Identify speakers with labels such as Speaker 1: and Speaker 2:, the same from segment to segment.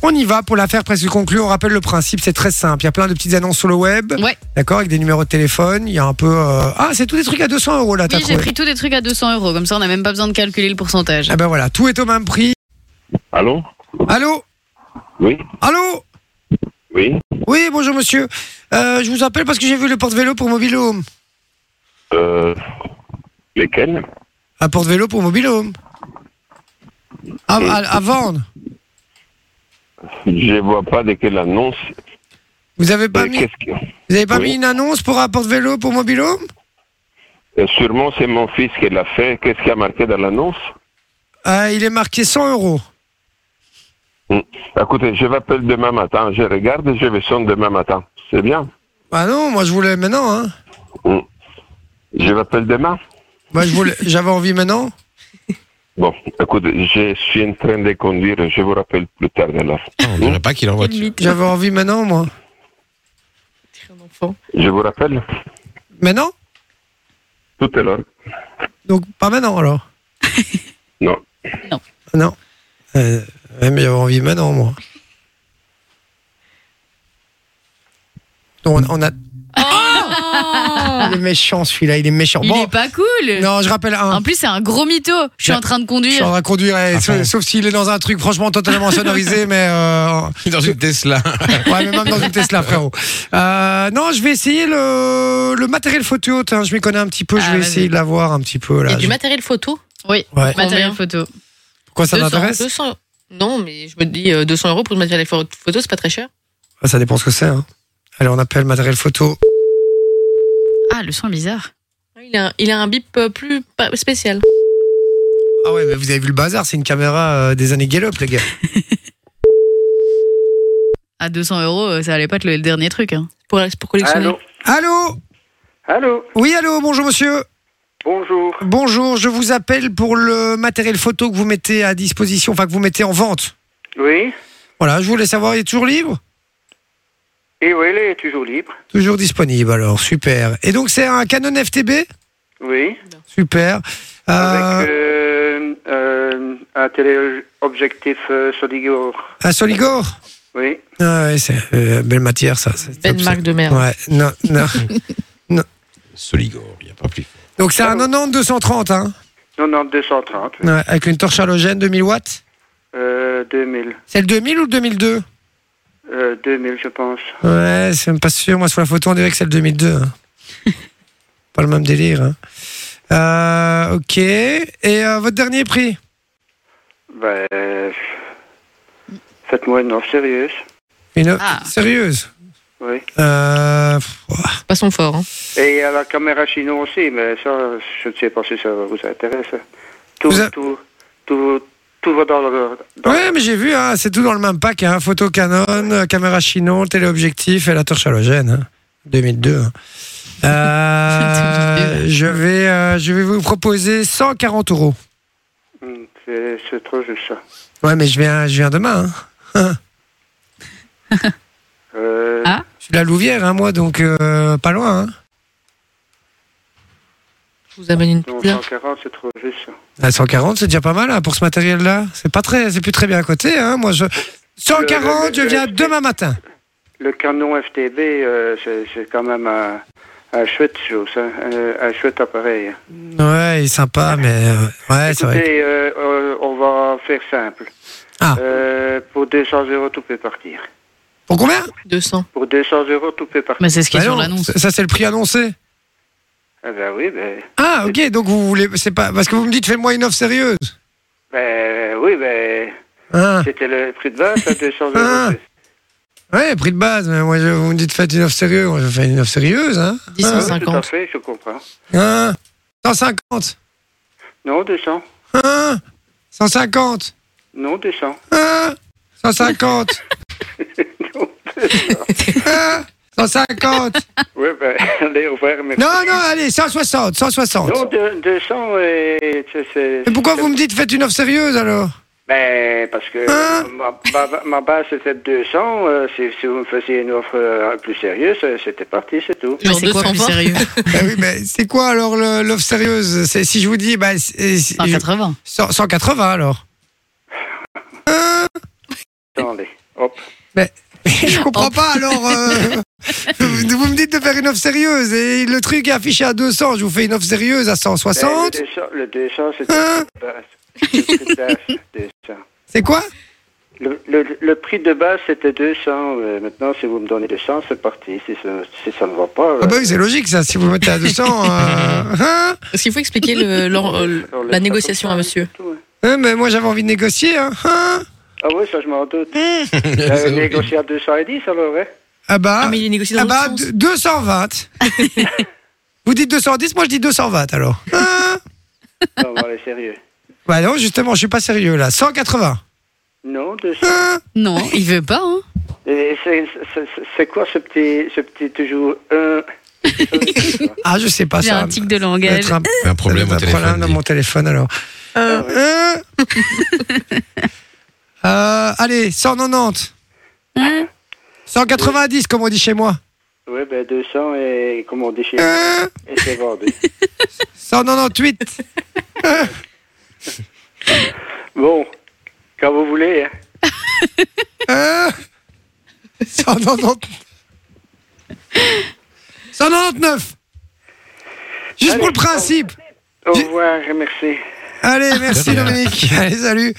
Speaker 1: On y va pour l'affaire presque conclue. On rappelle le principe, c'est très simple. Il y a plein de petites annonces sur le web.
Speaker 2: Ouais.
Speaker 1: D'accord, avec des numéros de téléphone. Il y a un peu. euh, Ah, c'est tous des trucs à 200 euros là, t'as
Speaker 2: Oui, j'ai
Speaker 1: trouvé.
Speaker 2: pris tous des trucs à 200 euros, comme ça on n'a même pas besoin de calculer le pourcentage.
Speaker 1: Ah ben voilà, tout est au même prix.
Speaker 3: Allô
Speaker 1: Allô
Speaker 3: Oui,
Speaker 1: Allô
Speaker 3: oui.
Speaker 1: Oui, bonjour monsieur. Euh, je vous appelle parce que j'ai vu le porte-vélo pour Mobile Home.
Speaker 3: Euh, lesquels
Speaker 1: Un porte-vélo pour Mobile Home. À, à- à vendre.
Speaker 3: Je vois pas de quelle annonce.
Speaker 1: Vous avez pas
Speaker 3: Euh,
Speaker 1: mis,
Speaker 3: Qu'est-ce que...
Speaker 1: vous avez pas
Speaker 3: oui.
Speaker 1: mis une annonce pour un porte-vélo pour Mobile Home
Speaker 3: Euh, Sûrement c'est mon fils qui l'a fait. Qu'est-ce qu'il y a marqué dans l'annonce
Speaker 1: Euh, Il est marqué 100 euros.
Speaker 3: Hmm. Écoutez, je vais appeler demain matin. Je regarde et je vais sonner demain matin. C'est bien.
Speaker 1: Ah non, moi je voulais maintenant. Hein.
Speaker 3: Hmm. Je vais appeler demain.
Speaker 1: Moi je voulais, j'avais envie maintenant.
Speaker 3: Bon, écoutez, je suis en train de conduire. Je vous rappelle plus tard alors.
Speaker 4: Ah, On dirait pas qu'il est en voiture.
Speaker 1: J'avais envie maintenant, moi.
Speaker 3: Je vous rappelle
Speaker 1: Maintenant
Speaker 3: tout à l'heure.
Speaker 1: Donc pas maintenant alors. Ah,
Speaker 3: Non.
Speaker 1: Non. Euh, ouais, mais j'avais envie maintenant, moi. Donc, on, on a. il est méchant celui-là, il est méchant.
Speaker 2: Il
Speaker 1: bon,
Speaker 2: est pas cool
Speaker 1: non, je rappelle un.
Speaker 2: En plus, c'est un gros mytho. Je suis
Speaker 1: Ouais.
Speaker 2: en train de
Speaker 1: Je suis en
Speaker 2: conduire.
Speaker 1: train de conduire, eh,
Speaker 4: Ah,
Speaker 1: sauf,
Speaker 4: bon.
Speaker 1: sauf s'il est dans un truc franchement totalement sonorisé, mais euh,
Speaker 4: Dans une Tesla.
Speaker 1: ouais, mais même dans une Tesla, frérot. Euh, non, je vais essayer le, le matériel photo. haute, hein, je m'y connais un petit peu, je
Speaker 2: Ah,
Speaker 1: vais
Speaker 2: vas-y.
Speaker 1: essayer de l'avoir un petit peu
Speaker 5: Il y
Speaker 1: là.
Speaker 5: a du matériel photo.
Speaker 2: Oui,
Speaker 1: Ouais.
Speaker 2: matériel
Speaker 5: Combien
Speaker 2: photo.
Speaker 1: Pourquoi ça
Speaker 5: 200,
Speaker 1: t'intéresse
Speaker 5: 200. Non, mais je me dis euh, 200 euros pour le matériel pho- photo, c'est pas très cher.
Speaker 1: Ah, Ça dépend ce que c'est. Hein. Allez, on appelle matériel photo.
Speaker 2: Ah, le son est bizarre.
Speaker 5: Ah, Il a, il a un bip euh, plus pa- spécial.
Speaker 1: Ah ouais, mais vous avez vu le bazar, c'est une caméra euh, des années Gallup, les gars.
Speaker 2: À 200 euros, euh, ça allait pas être le dernier truc. hein.
Speaker 5: Pour, pour collectionner.
Speaker 6: Allô
Speaker 1: Allô
Speaker 6: Allô
Speaker 1: Oui, allô, bonjour monsieur.
Speaker 6: Bonjour.
Speaker 1: Bonjour, je vous appelle pour le matériel photo que vous mettez à disposition, enfin que vous mettez en vente.
Speaker 6: Oui
Speaker 1: Voilà, je voulais savoir, il est toujours libre
Speaker 6: Et oui, elle est toujours libre.
Speaker 1: Toujours disponible alors, super. Et donc c'est un Canon FTB
Speaker 6: Oui.
Speaker 1: Super. Euh,
Speaker 6: Avec euh, euh, un téléobjectif euh, Sodigor.
Speaker 1: Un Soligor
Speaker 6: Oui.
Speaker 1: Ah ouais, c'est euh, belle matière ça. c'est-
Speaker 5: Belle
Speaker 1: c'est-
Speaker 5: marque de merde.
Speaker 1: Ouais, non, non.
Speaker 4: Soligor, il n'y a pas plus.
Speaker 1: Donc c'est un 90 230, hein,
Speaker 6: Non, non, 230. oui.
Speaker 1: ouais, avec une torche halogène 2000 watts.
Speaker 6: Euh, 2000.
Speaker 1: C'est le 2000 ou le 2002
Speaker 6: Euh, 2000, je pense.
Speaker 1: Ouais, c'est même pas sûr. Moi, sur la photo, on dirait que c'est le 2002. hein. pas le même délire. hein. Euh, ok. Et euh, votre dernier prix
Speaker 6: Ben, euh, faites-moi une offre sérieuse.
Speaker 1: Une autre-
Speaker 2: Ah.
Speaker 1: Sérieuse
Speaker 6: Oui.
Speaker 1: Euh, pff, ouah.
Speaker 5: Pas son fort. hein.
Speaker 6: Et il y a la caméra chinoise aussi, mais ça, je ne sais pas si ça vous intéresse. Tout,
Speaker 1: Vous a-
Speaker 6: tout, tout, tout va dans le... Dans
Speaker 1: Ouais, mais j'ai vu, hein, c'est tout dans le même pack. Hein, photo Canon, euh, caméra Chinon, téléobjectif et la torche halogène. hein. 2002. hein. Euh, je, vais, euh, je vais vous proposer 140 euros.
Speaker 6: Hum, C'est c'est trop juste, ça.
Speaker 1: Ouais, mais je viens, je viens demain. hein.
Speaker 6: Euh,
Speaker 2: Ah.
Speaker 1: Je suis de la Louvière, hein, moi, donc euh, pas loin. hein.
Speaker 5: Je vous amène une
Speaker 6: non,
Speaker 5: pizza.
Speaker 6: 140, c'est trop juste, ça.
Speaker 1: À 140, Ah, c'est déjà pas mal hein, pour ce matériel-là. C'est pas très, c'est plus très bien à côté. Hein. Moi, je 140, je viens demain matin.
Speaker 6: Le canon FTB, euh, c'est c'est quand même un, un chouette chose, hein, un, un chouette appareil. hein.
Speaker 1: Ouais, il est sympa, mais euh, ouais, c'est vrai.
Speaker 6: Écoutez, euh, euh, on va faire simple.
Speaker 1: Ah.
Speaker 6: Euh, pour 200 euros, tout peut partir.
Speaker 1: Pour combien
Speaker 5: 200.
Speaker 1: Ah,
Speaker 6: Pour 200 euros, tout peut partir.
Speaker 2: Mais c'est ce qui est
Speaker 1: Bah
Speaker 2: sur
Speaker 1: non,
Speaker 2: l'annonce.
Speaker 1: Ça, c'est le prix annoncé.
Speaker 6: Ah ben oui, ben,
Speaker 1: Ah, ok. Donc vous voulez, c'est pas parce que vous me dites faites-moi une offre sérieuse.
Speaker 6: ben oui, ben,
Speaker 1: Hein
Speaker 6: c'était le prix de base, à 200 euros.
Speaker 1: Ah.
Speaker 6: c'est-
Speaker 1: ouais, prix de base. Mais moi, je, vous me dites faites une offre sérieuse. Moi, je fais une offre sérieuse. Hein,
Speaker 5: 10
Speaker 6: Ah
Speaker 5: à
Speaker 6: oui, Tout à
Speaker 5: 50.
Speaker 6: fait, je comprends.
Speaker 1: hein 150.
Speaker 6: Non, 200.
Speaker 1: Hein 150.
Speaker 6: Non, 200.
Speaker 1: Hein 150. Hein 150.
Speaker 6: Oui, ben, allez, au revoir, merci.
Speaker 1: Non, non, allez, 160, 160.
Speaker 6: Non, de- 200, et c'est- c'est...
Speaker 1: Mais pourquoi vous me dites faites une offre sérieuse alors
Speaker 6: Ben, parce que
Speaker 1: Hein
Speaker 6: ma, ma- ma base c'était 200. euh, si, si vous me faisiez une offre euh, plus sérieuse, euh, c'était parti, c'est tout.
Speaker 2: Mais
Speaker 5: Genre
Speaker 2: c'est quoi plus
Speaker 5: 220.
Speaker 2: sérieux
Speaker 1: Bah oui, mais c'est quoi alors le- l'offre sérieuse C'est si je vous dis bah, c'est- c'est-
Speaker 2: 180.
Speaker 1: cent- 180 alors.
Speaker 6: Attendez. Hop.
Speaker 1: Je comprends pas, alors. euh, vous vous me dites de faire une offre sérieuse et le truc est affiché à 200. Je vous fais une offre sérieuse à
Speaker 6: Ben, Le
Speaker 1: 160.
Speaker 6: dessin, le dessin, c'est
Speaker 1: Hein
Speaker 6: le prix de base. dessin.
Speaker 1: C'est quoi
Speaker 6: Le, le- le prix de base, c'était 200. euh, maintenant, si vous me donnez 200, c'est parti. Si ça, si ça ne va pas... euh,
Speaker 1: Ah bah oui, c'est logique ça. Si vous mettez à 200. euh, hein
Speaker 5: Parce qu'il faut expliquer le- l'en- euh,
Speaker 6: alors,
Speaker 5: la
Speaker 6: laisse
Speaker 5: négociation à
Speaker 6: ça comme ça,
Speaker 5: monsieur.
Speaker 6: c'est tout, hein.
Speaker 1: Hein, mais moi j'avais envie de négocier. Hein Hein
Speaker 6: Ah oui, ça, je m'en doute.
Speaker 4: C'est
Speaker 6: Euh, négocier à 210, alors, hein
Speaker 1: ah
Speaker 5: Ah,
Speaker 1: bah.
Speaker 5: mais il est négocié dans
Speaker 1: Ah
Speaker 5: l'autre
Speaker 1: bah, d-
Speaker 5: sens.
Speaker 1: 220. vous dites 210, moi je dis 220 alors. Hein
Speaker 6: Non, allez, sérieux.
Speaker 1: bah non, justement, je suis pas sérieux là. 180.
Speaker 6: Non, 200.
Speaker 1: Hein
Speaker 2: Non, il veut pas. Hein.
Speaker 6: Et c'est- c'est- c'est- C'est quoi ce petit, ce petit toujours 1
Speaker 1: ah, je sais pas
Speaker 2: J'ai
Speaker 1: ça.
Speaker 2: un tic de
Speaker 1: va
Speaker 2: langage.
Speaker 1: être un,
Speaker 4: un problème
Speaker 1: ça
Speaker 4: au
Speaker 1: va être un problème
Speaker 4: téléphone.
Speaker 1: dans
Speaker 4: dis.
Speaker 1: mon téléphone alors. Hein Euh, allez, 190.
Speaker 2: Hein
Speaker 1: 190 comme on dit chez moi.
Speaker 6: Oui, ben 200 et comment on dit chez nous,
Speaker 1: Hein
Speaker 6: et c'est vendu.
Speaker 1: 198.
Speaker 6: Bon, quand vous voulez. hein.
Speaker 1: Hein 190. 199. Juste pour le principe.
Speaker 6: Au
Speaker 1: J'ai-
Speaker 6: revoir, merci.
Speaker 1: Allez, merci
Speaker 4: De rien.
Speaker 1: Dominique. Allez, salut.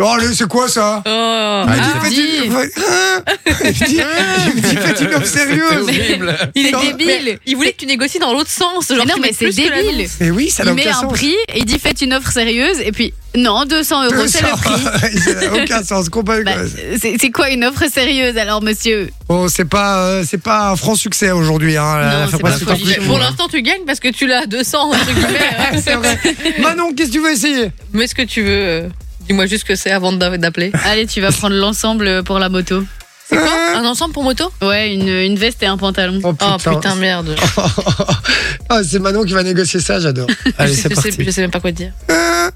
Speaker 1: Oh, allez, c'est quoi ça
Speaker 5: Oh,
Speaker 1: Il
Speaker 5: ah,
Speaker 1: me dit, faites
Speaker 5: dis,
Speaker 1: une- faites- Hein Il me dit- il me dit, faites une offre
Speaker 4: C'était
Speaker 1: sérieuse.
Speaker 4: horrible.
Speaker 5: il
Speaker 1: Non,
Speaker 5: est débile. Il voulait que tu négocies dans l'autre sens. Genre
Speaker 2: Mais non,
Speaker 5: tu
Speaker 2: mais
Speaker 5: mets
Speaker 2: c'est
Speaker 5: plus que l'annonce.
Speaker 2: débile.
Speaker 1: Mais oui, ça n'a
Speaker 2: Il met
Speaker 1: aucun
Speaker 2: un
Speaker 1: sens.
Speaker 2: prix et il dit faites une offre sérieuse et puis non 200 euros c'est le prix.
Speaker 1: ça n'a aucun sens. Compagnie,
Speaker 2: Bah,
Speaker 1: quoi.
Speaker 2: c'est c'est quoi une offre sérieuse alors monsieur
Speaker 1: Bon, c'est pas, euh, c'est pas un franc succès aujourd'hui. Hein, la-
Speaker 2: Non,
Speaker 1: la
Speaker 2: c'est
Speaker 1: Fabrice
Speaker 2: pas
Speaker 1: est
Speaker 2: folie.
Speaker 1: partie.
Speaker 5: Pour l'instant, tu gagnes parce que tu l'as à 200, entre guillemets. hein.
Speaker 1: C'est vrai. Manon, qu'est-ce que tu veux essayer
Speaker 5: Mais ce que tu veux, euh, dis-moi juste ce que c'est avant d'a- d'appeler.
Speaker 2: Allez tu vas prendre l'ensemble pour la moto.
Speaker 5: C'est quoi Un ensemble pour moto
Speaker 2: Ouais une, une veste et un pantalon.
Speaker 1: Oh
Speaker 5: Oh
Speaker 1: putain.
Speaker 5: putain, merde.
Speaker 1: Ah, c'est Manon qui va négocier ça, j'adore. Allez,
Speaker 5: je,
Speaker 1: c'est
Speaker 5: je
Speaker 1: parti.
Speaker 5: sais, je sais même pas quoi te dire.
Speaker 1: Hein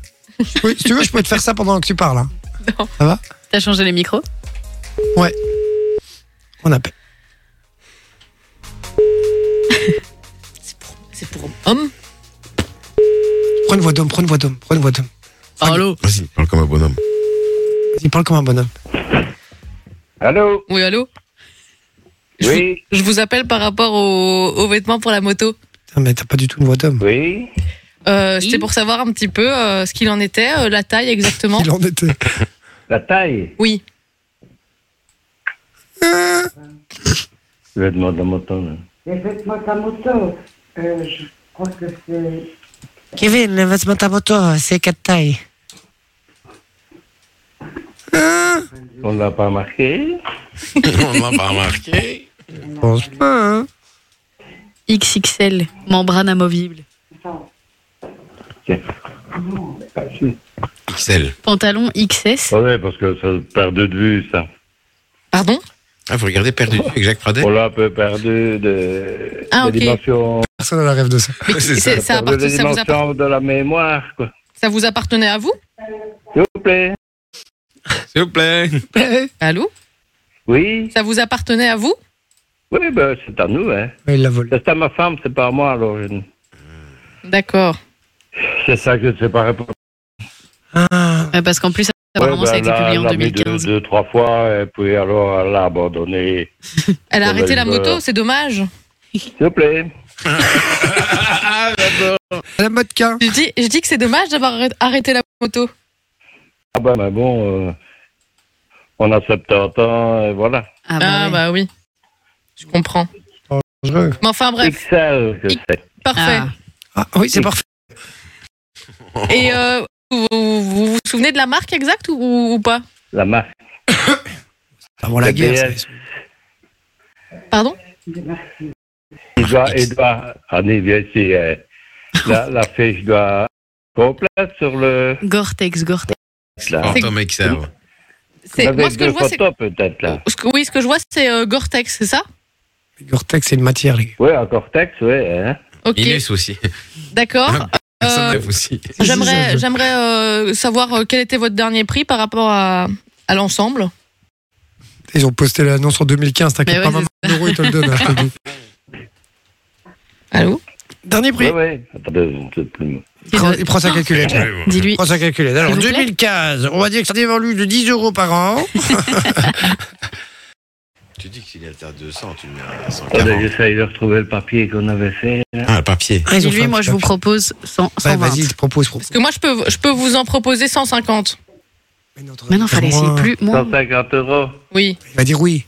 Speaker 1: Oui, si tu veux, je peux te faire ça pendant que tu parles. hein.
Speaker 2: T'as changé les micros
Speaker 1: On appelle.
Speaker 5: C'est pour, c'est pour homme
Speaker 1: Prends une voix d'homme, prends une voix d'homme, prends une voix d'homme.
Speaker 2: Allô
Speaker 4: Vas-y, parle comme un bonhomme.
Speaker 1: Il parle comme un bonhomme.
Speaker 3: Allô
Speaker 5: Oui, allô
Speaker 3: Oui
Speaker 5: Je vous appelle par rapport aux, aux vêtements pour la moto.
Speaker 1: Putain, mais t'as pas du tout une voix d'homme.
Speaker 3: Oui
Speaker 5: Euh,
Speaker 2: Oui.
Speaker 5: C'était pour savoir un petit peu euh, ce qu'il en était, euh, la taille exactement.
Speaker 1: Il en était.
Speaker 3: La taille
Speaker 5: Oui.
Speaker 3: Le vêtement de la moto.
Speaker 7: Les vêtements à moto, euh, je crois que c'est
Speaker 1: Kevin, le vêtement à moto, c'est quatre tailles.
Speaker 3: On l'a pas marqué
Speaker 4: On n'a pas remarqué.
Speaker 1: Je pense pas, hein.
Speaker 2: XXL membrane amovible.
Speaker 4: Pixel.
Speaker 2: Pantalon XS.
Speaker 8: Ouais, parce que ça perd de vue, ça.
Speaker 5: Pardon
Speaker 4: Ah, vous regardez Perdu avec Jacques Pradel
Speaker 8: On l'a un peu perdu de,
Speaker 5: Ah,
Speaker 8: des
Speaker 5: ok.
Speaker 8: dimensions,
Speaker 1: Personne n'a la rêve de ça.
Speaker 5: Mais
Speaker 4: C'est
Speaker 5: c'est- ça,
Speaker 8: perdu
Speaker 5: appartient-
Speaker 8: des
Speaker 5: ça vous appart-
Speaker 8: dimensions de la mémoire, quoi.
Speaker 5: ça vous appartenait à vous
Speaker 8: S'il vous plaît.
Speaker 4: S'il vous plaît.
Speaker 5: Allô
Speaker 8: Oui,
Speaker 5: Ça vous appartenait à vous
Speaker 8: oui, ben, c'est à nous, hein.
Speaker 1: Ouais, Il l'a volé.
Speaker 8: C'est à ma femme, c'est pas à moi, alors. je-
Speaker 5: D'accord.
Speaker 8: C'est ça que je ne sais pas répondre.
Speaker 1: Ah,
Speaker 2: Ouais, Parce qu'en plus apparemment
Speaker 8: Ouais,
Speaker 2: ça a
Speaker 1: bah,
Speaker 8: ben,
Speaker 2: été
Speaker 8: elle
Speaker 2: publié en
Speaker 8: l'a mis
Speaker 2: 2015.
Speaker 8: Deux, deux, trois fois, et puis alors, elle l'a abandonné.
Speaker 5: Elle a
Speaker 8: On a
Speaker 5: arrêté
Speaker 8: eu
Speaker 5: la
Speaker 8: peur.
Speaker 5: moto, c'est dommage.
Speaker 8: S'il vous plaît.
Speaker 1: Madame Motkin.
Speaker 5: Je dis, je dis que c'est dommage d'avoir arrêt- arrêté la moto.
Speaker 8: Ah, ben, mais bon, euh, on a 70 ans, et voilà.
Speaker 2: Ah
Speaker 5: Ah
Speaker 2: ouais.
Speaker 5: bah oui. Je comprends.
Speaker 1: Dangereux.
Speaker 5: Mais enfin bref,
Speaker 8: XL, que
Speaker 5: X-
Speaker 8: c'est.
Speaker 5: parfait.
Speaker 2: Ah.
Speaker 1: Ah oui, c'est parfait.
Speaker 4: Oh,
Speaker 5: Et euh, vous, vous vous souvenez de la marque exacte ou- ou, ou pas
Speaker 8: La marque.
Speaker 1: Avant Ah, la
Speaker 8: La
Speaker 1: guerre.
Speaker 8: BS.
Speaker 1: ça-
Speaker 5: Pardon
Speaker 8: Il doit, il doit, allez, viens ici, euh, la, la fiche doit complète sur le.
Speaker 2: Gore-Tex, Gore-Tex.
Speaker 8: Là.
Speaker 4: Pardon, mec, ça. va.
Speaker 8: Vous
Speaker 5: C'est-
Speaker 8: avez
Speaker 5: Moi ce que
Speaker 8: deux
Speaker 5: je vois c'est
Speaker 8: photos peut-être là.
Speaker 5: ce que- oui, ce que je vois c'est euh, Gore-Tex, c'est ça
Speaker 1: Gore-Tex, c'est une matière, les gars.
Speaker 8: Oui, un cortex, oui. Hein.
Speaker 5: OK,
Speaker 4: Inès aussi.
Speaker 1: Euh.
Speaker 5: d'accord. Euh,
Speaker 4: Personne n'aime aussi.
Speaker 5: J'aimerais j'aimerais euh, savoir euh, quel était votre dernier prix par rapport à à l'ensemble.
Speaker 1: Ils ont posté l'annonce en 2015, t'inquiète
Speaker 2: Mais
Speaker 1: pas,
Speaker 2: ouais,
Speaker 1: même euros, ils te le donnent. hein, je te le dis.
Speaker 5: Allô
Speaker 1: Dernier prix.
Speaker 8: Oui, oui. Attendez, je ne sais plus.
Speaker 1: Il prend, il prend sa calculette. là. Il
Speaker 2: Dis-lui.
Speaker 1: prend sa calculette. Alors,
Speaker 2: S'il vous plaît.
Speaker 1: 2015, on va dire que ça dévalue de 10 euros par an.
Speaker 4: Tu dis qu'il est à 200, tu le mets à
Speaker 8: Attendez,
Speaker 4: 140.
Speaker 8: J'essaye de retrouver le papier qu'on avait fait. là.
Speaker 4: Ah, le papier.
Speaker 1: Ah, ils ont fait
Speaker 2: Dis-lui,
Speaker 1: un
Speaker 2: moi,
Speaker 1: petit
Speaker 2: je vous
Speaker 1: papier.
Speaker 2: propose 100,
Speaker 1: Ouais,
Speaker 2: 120.
Speaker 1: vas-y, propose, propose.
Speaker 5: Parce que moi, je peux, je peux vous en proposer 150.
Speaker 2: Maintenant, fallait essayer plus. Moi,
Speaker 8: 150 euros.
Speaker 5: Oui.
Speaker 1: Il va dire oui.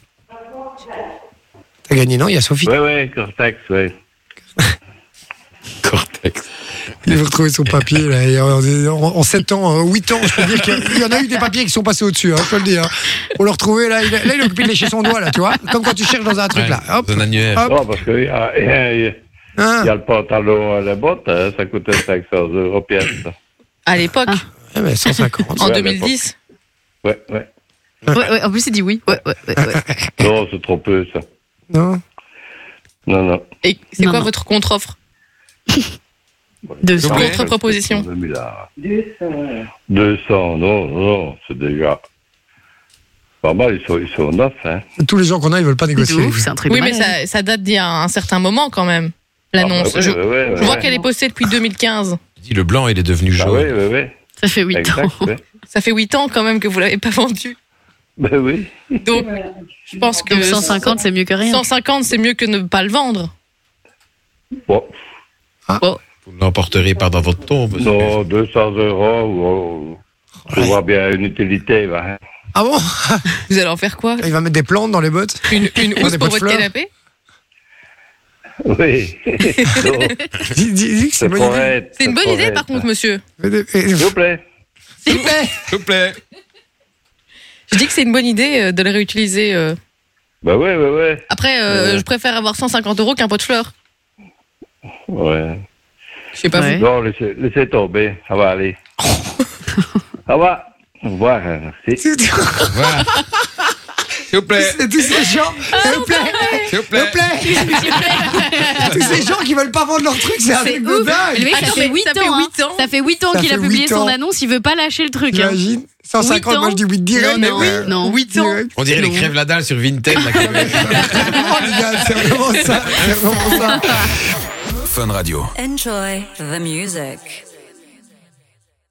Speaker 1: T'as gagné, non Il y a Sophie.
Speaker 8: Oui, oui, Cortex, oui.
Speaker 4: Cortex.
Speaker 1: Il veut retrouver son papier. Là, et en, en 7 ans, 8 ans, je peux dire qu'il y en a eu des papiers qui sont passés au-dessus, hein, je peux le dire. On l'a retrouvé, là, il, a- là, il est occupé de lécher son doigt, là, tu vois. Comme quand tu cherches dans un truc,
Speaker 4: Ouais,
Speaker 1: là. Hop.
Speaker 4: dans un annuaire.
Speaker 1: Hop.
Speaker 8: Bon, parce que oui, ah, il y a- il
Speaker 1: Hein
Speaker 8: y a le pantalon, euh, les bottes, hein, ça coûtait 500 euros pièce.
Speaker 5: À l'époque,
Speaker 1: Eh ben, 150.
Speaker 5: en
Speaker 8: Ah. ouais,
Speaker 5: 2010.
Speaker 8: Ouais, ouais.
Speaker 2: ouais, ouais, en plus, il dit oui. Ouais, ouais,
Speaker 1: Ah,
Speaker 2: ouais, ouais.
Speaker 8: Non, c'est trop peu, ça.
Speaker 1: Non
Speaker 8: Non, non.
Speaker 5: Et c'est
Speaker 2: Non,
Speaker 5: quoi
Speaker 2: non.
Speaker 5: votre contre-offre
Speaker 2: Deux
Speaker 5: Donc,
Speaker 2: cents.
Speaker 5: Votre proposition.
Speaker 7: 200 euros.
Speaker 8: 200, non, non, c'est déjà. Pas mal, ils sont, ils sont neufs, hein.
Speaker 1: Tous les gens qu'on a, ils veulent pas
Speaker 2: C'est
Speaker 1: négocier.
Speaker 2: ouf, c'est un truc.
Speaker 5: Oui,
Speaker 2: de
Speaker 5: mais
Speaker 2: malade.
Speaker 5: ça, ça date d'il y a un certain moment quand même, l'annonce.
Speaker 8: Ah, bah,
Speaker 5: je,
Speaker 8: ouais, ouais, ouais,
Speaker 5: je vois
Speaker 8: ouais.
Speaker 5: qu'elle est postée depuis 2015.
Speaker 4: Tu dis, le blanc, il est devenu
Speaker 8: Ah,
Speaker 4: jaune.
Speaker 8: oui, oui, oui.
Speaker 2: Ça fait 8 ans.
Speaker 8: Exact, oui.
Speaker 5: Ça fait 8 ans quand même que vous l'avez pas vendu.
Speaker 8: Ben oui.
Speaker 5: Donc, je pense que
Speaker 2: Donc 150, c'est mieux que rien.
Speaker 5: 150, c'est mieux que ne pas le vendre.
Speaker 8: Bon,
Speaker 4: Vous ne l'emporterez pas dans votre tombe.
Speaker 8: non, 200 euros, oh, je
Speaker 1: Ouais.
Speaker 8: vois bien une utilité, va, hein.
Speaker 1: Ah bon
Speaker 5: Vous allez en faire quoi
Speaker 1: Il va mettre des plantes dans les bottes
Speaker 5: Une, une
Speaker 1: Des
Speaker 5: housse pour
Speaker 1: pots de
Speaker 5: votre
Speaker 1: fleurs.
Speaker 5: canapé
Speaker 8: Oui. Non,
Speaker 1: Dis, dis- dis que c'est
Speaker 8: c'est
Speaker 1: une bonne
Speaker 8: pour
Speaker 1: idée.
Speaker 8: être,
Speaker 5: C'est une bonne
Speaker 8: pour
Speaker 5: idée
Speaker 8: être.
Speaker 5: par contre, monsieur.
Speaker 1: Mais des- et-
Speaker 8: S'il vous plaît.
Speaker 5: S'il vous plaît.
Speaker 4: S'il vous plaît.
Speaker 5: Je dis que c'est une bonne idée euh, de le réutiliser. euh.
Speaker 8: Ben oui, oui, oui.
Speaker 5: Après, euh,
Speaker 8: Ouais.
Speaker 5: je préfère avoir 150 euros qu'un pot de fleurs.
Speaker 8: Ouais.
Speaker 5: Je sais pas
Speaker 2: Ouais.
Speaker 5: vous.
Speaker 8: Non, laissez, laissez tomber, ça va aller. ça va. Au revoir, hein, merci.
Speaker 1: C'est tout-
Speaker 4: Voilà. S'il vous plaît.
Speaker 1: c'est tous ces gens, s'il vous plaît,
Speaker 4: S'il vous
Speaker 1: s'il
Speaker 4: plaît.
Speaker 1: vous plaît, tous ces gens qui veulent pas vendre leur truc, c'est un
Speaker 9: C'est
Speaker 1: truc de
Speaker 9: ouf. Le
Speaker 1: dingue.
Speaker 2: Ah,
Speaker 9: mec, ça,
Speaker 5: Attends,
Speaker 9: fait
Speaker 5: mais
Speaker 9: 8
Speaker 5: ça fait
Speaker 9: ans, hein.
Speaker 5: huit ans.
Speaker 9: Ça fait 8 ans
Speaker 1: Ça
Speaker 9: qu'il a
Speaker 1: fait
Speaker 9: publié
Speaker 1: huit
Speaker 9: son
Speaker 1: ans.
Speaker 9: annonce, il veut pas lâcher le truc. hein.
Speaker 1: T'imagines 150,
Speaker 9: Huit
Speaker 1: moi
Speaker 9: ans.
Speaker 1: je dis 8 direct.
Speaker 9: Non, non,
Speaker 1: mais oui,
Speaker 9: non.
Speaker 1: huit direct.
Speaker 4: On dirait les crèves la dalle sur Vinted. là, quand même.
Speaker 1: Oh les gars, c'est vraiment ça, c'est vraiment ça.
Speaker 10: Enjoy the music.